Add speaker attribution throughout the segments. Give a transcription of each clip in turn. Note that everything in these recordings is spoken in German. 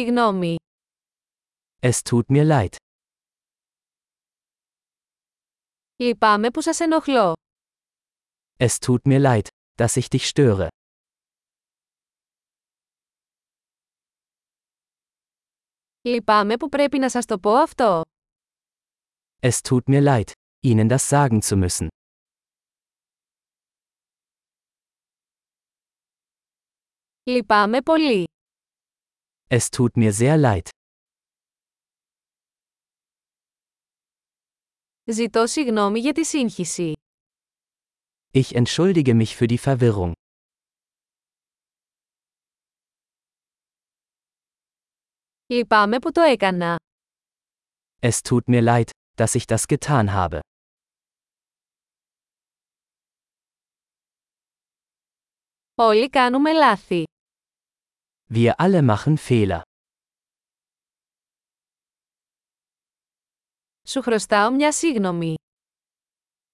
Speaker 1: Συγγνώμη.
Speaker 2: Es tut mir leid.
Speaker 1: Λυπάμαι που σας ενοχλώ.
Speaker 2: Es tut mir leid, dass ich dich störe.
Speaker 1: Λυπάμαι που πρέπει να σας το πω αυτό.
Speaker 2: Es tut mir leid, Ihnen das sagen zu müssen.
Speaker 1: Λυπάμαι πολύ.
Speaker 2: Es tut mir sehr leid.
Speaker 1: Ζητώ συγγνώμη για τη σύγχυση.
Speaker 2: Ich entschuldige mich für die Verwirrung.
Speaker 1: Λυπάμαι που το έκανα.
Speaker 2: Es tut mir leid, dass ich das getan habe.
Speaker 1: Όλοι κάνουμε λάθη.
Speaker 2: Wir alle machen Fehler.
Speaker 1: Σου χρωστάω μια σύγγνωμη.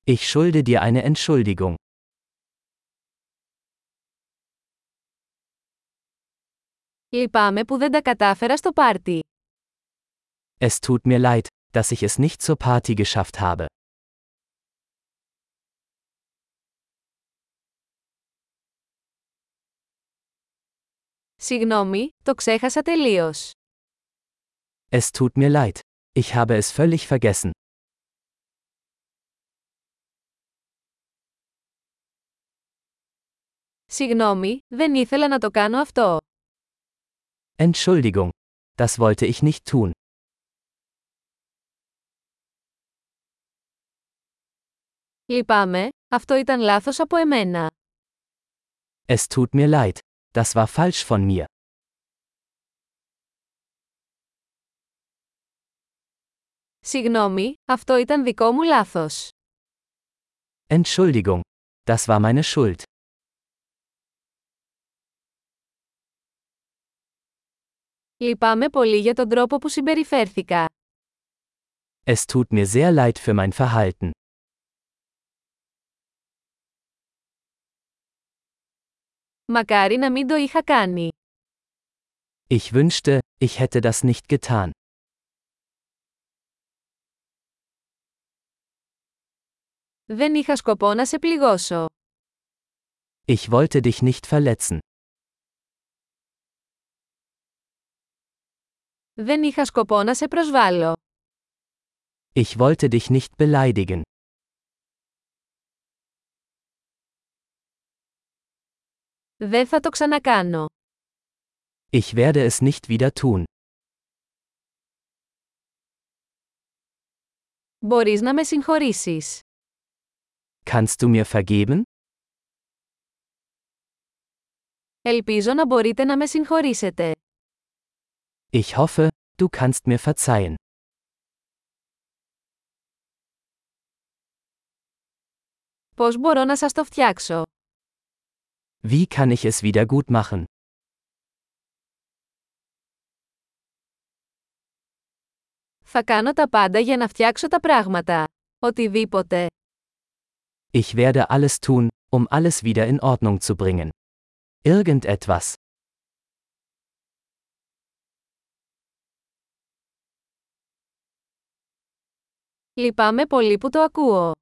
Speaker 2: Ich schulde dir eine Entschuldigung.
Speaker 1: Λυπάμαι που δεν τα κατάφερα στο πάρτι.
Speaker 2: Es tut mir leid, dass ich es nicht zur Party geschafft habe.
Speaker 1: Συγγνώμη, το ξέχασα τελείως.
Speaker 2: Es tut mir leid. Ich habe es völlig vergessen.
Speaker 1: Συγγνώμη, δεν ήθελα να το κάνω αυτό.
Speaker 2: Entschuldigung. Das wollte ich nicht tun.
Speaker 1: Λυπάμαι, αυτό ήταν λάθος από εμένα.
Speaker 2: Es tut mir leid. Das war falsch von mir.
Speaker 1: Συγγνώμη, αυτό ήταν δικό μου λάθος.
Speaker 2: Entschuldigung. Das war meine Schuld.
Speaker 1: Λυπάμαι πολύ για τον τρόπο που συμπεριφέρθηκα.
Speaker 2: Es tut mir sehr leid für mein Verhalten.
Speaker 1: Μακάρι να μην το είχα κάνει.
Speaker 2: Ich wünschte, ich hätte das nicht getan.
Speaker 1: Δεν είχα σκοπό να σε πληγώσω.
Speaker 2: Ich wollte dich nicht verletzen.
Speaker 1: Δεν είχα σκοπό να σε προσβάλλω.
Speaker 2: Ich wollte dich nicht beleidigen.
Speaker 1: Δεν θα το ξανακάνω.
Speaker 2: Ich werde es nicht wieder tun.
Speaker 1: Μπορείς να με συγχωρήσεις.
Speaker 2: Kannst du mir vergeben?
Speaker 1: Ελπίζω να μπορείτε να με συγχωρήσετε.
Speaker 2: Ich hoffe, du kannst mir verzeihen.
Speaker 1: Πώς μπορώ να σας το φτιάξω.
Speaker 2: Wie kann ich es wieder gut machen?
Speaker 1: Θα κάνω τα πάντα για να φτιάξω τα πράγματα. Οτιδήποτε.
Speaker 2: Ich werde alles tun, um alles wieder in Ordnung zu bringen. Irgendetwas.
Speaker 1: Λυπάμαι πολύ που το ακούω.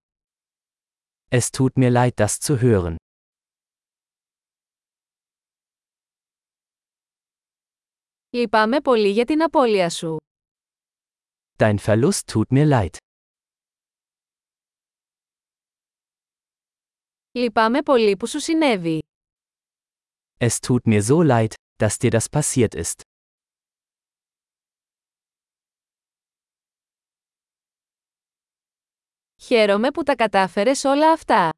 Speaker 2: Es tut mir leid, das zu hören.
Speaker 1: Λυπάμαι πολύ για την απώλεια σου.
Speaker 2: Dein Verlust tut mir leid.
Speaker 1: Λυπάμαι πολύ που σου συνέβη.
Speaker 2: Es tut mir so leid, dass dir das passiert ist.
Speaker 1: Χαίρομαι που τα κατάφερες όλα αυτά.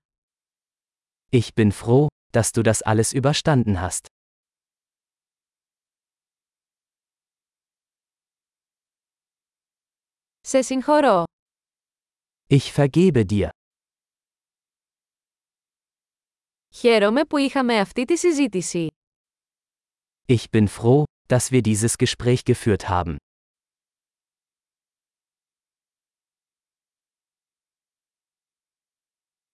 Speaker 2: Ich bin froh, dass du das alles überstanden hast.
Speaker 1: Σε συγχωρώ.
Speaker 2: Ich vergebe dir.
Speaker 1: Χαίρομαι που είχαμε αυτή τη συζήτηση.
Speaker 2: Ich bin froh, dass wir dieses Gespräch geführt haben.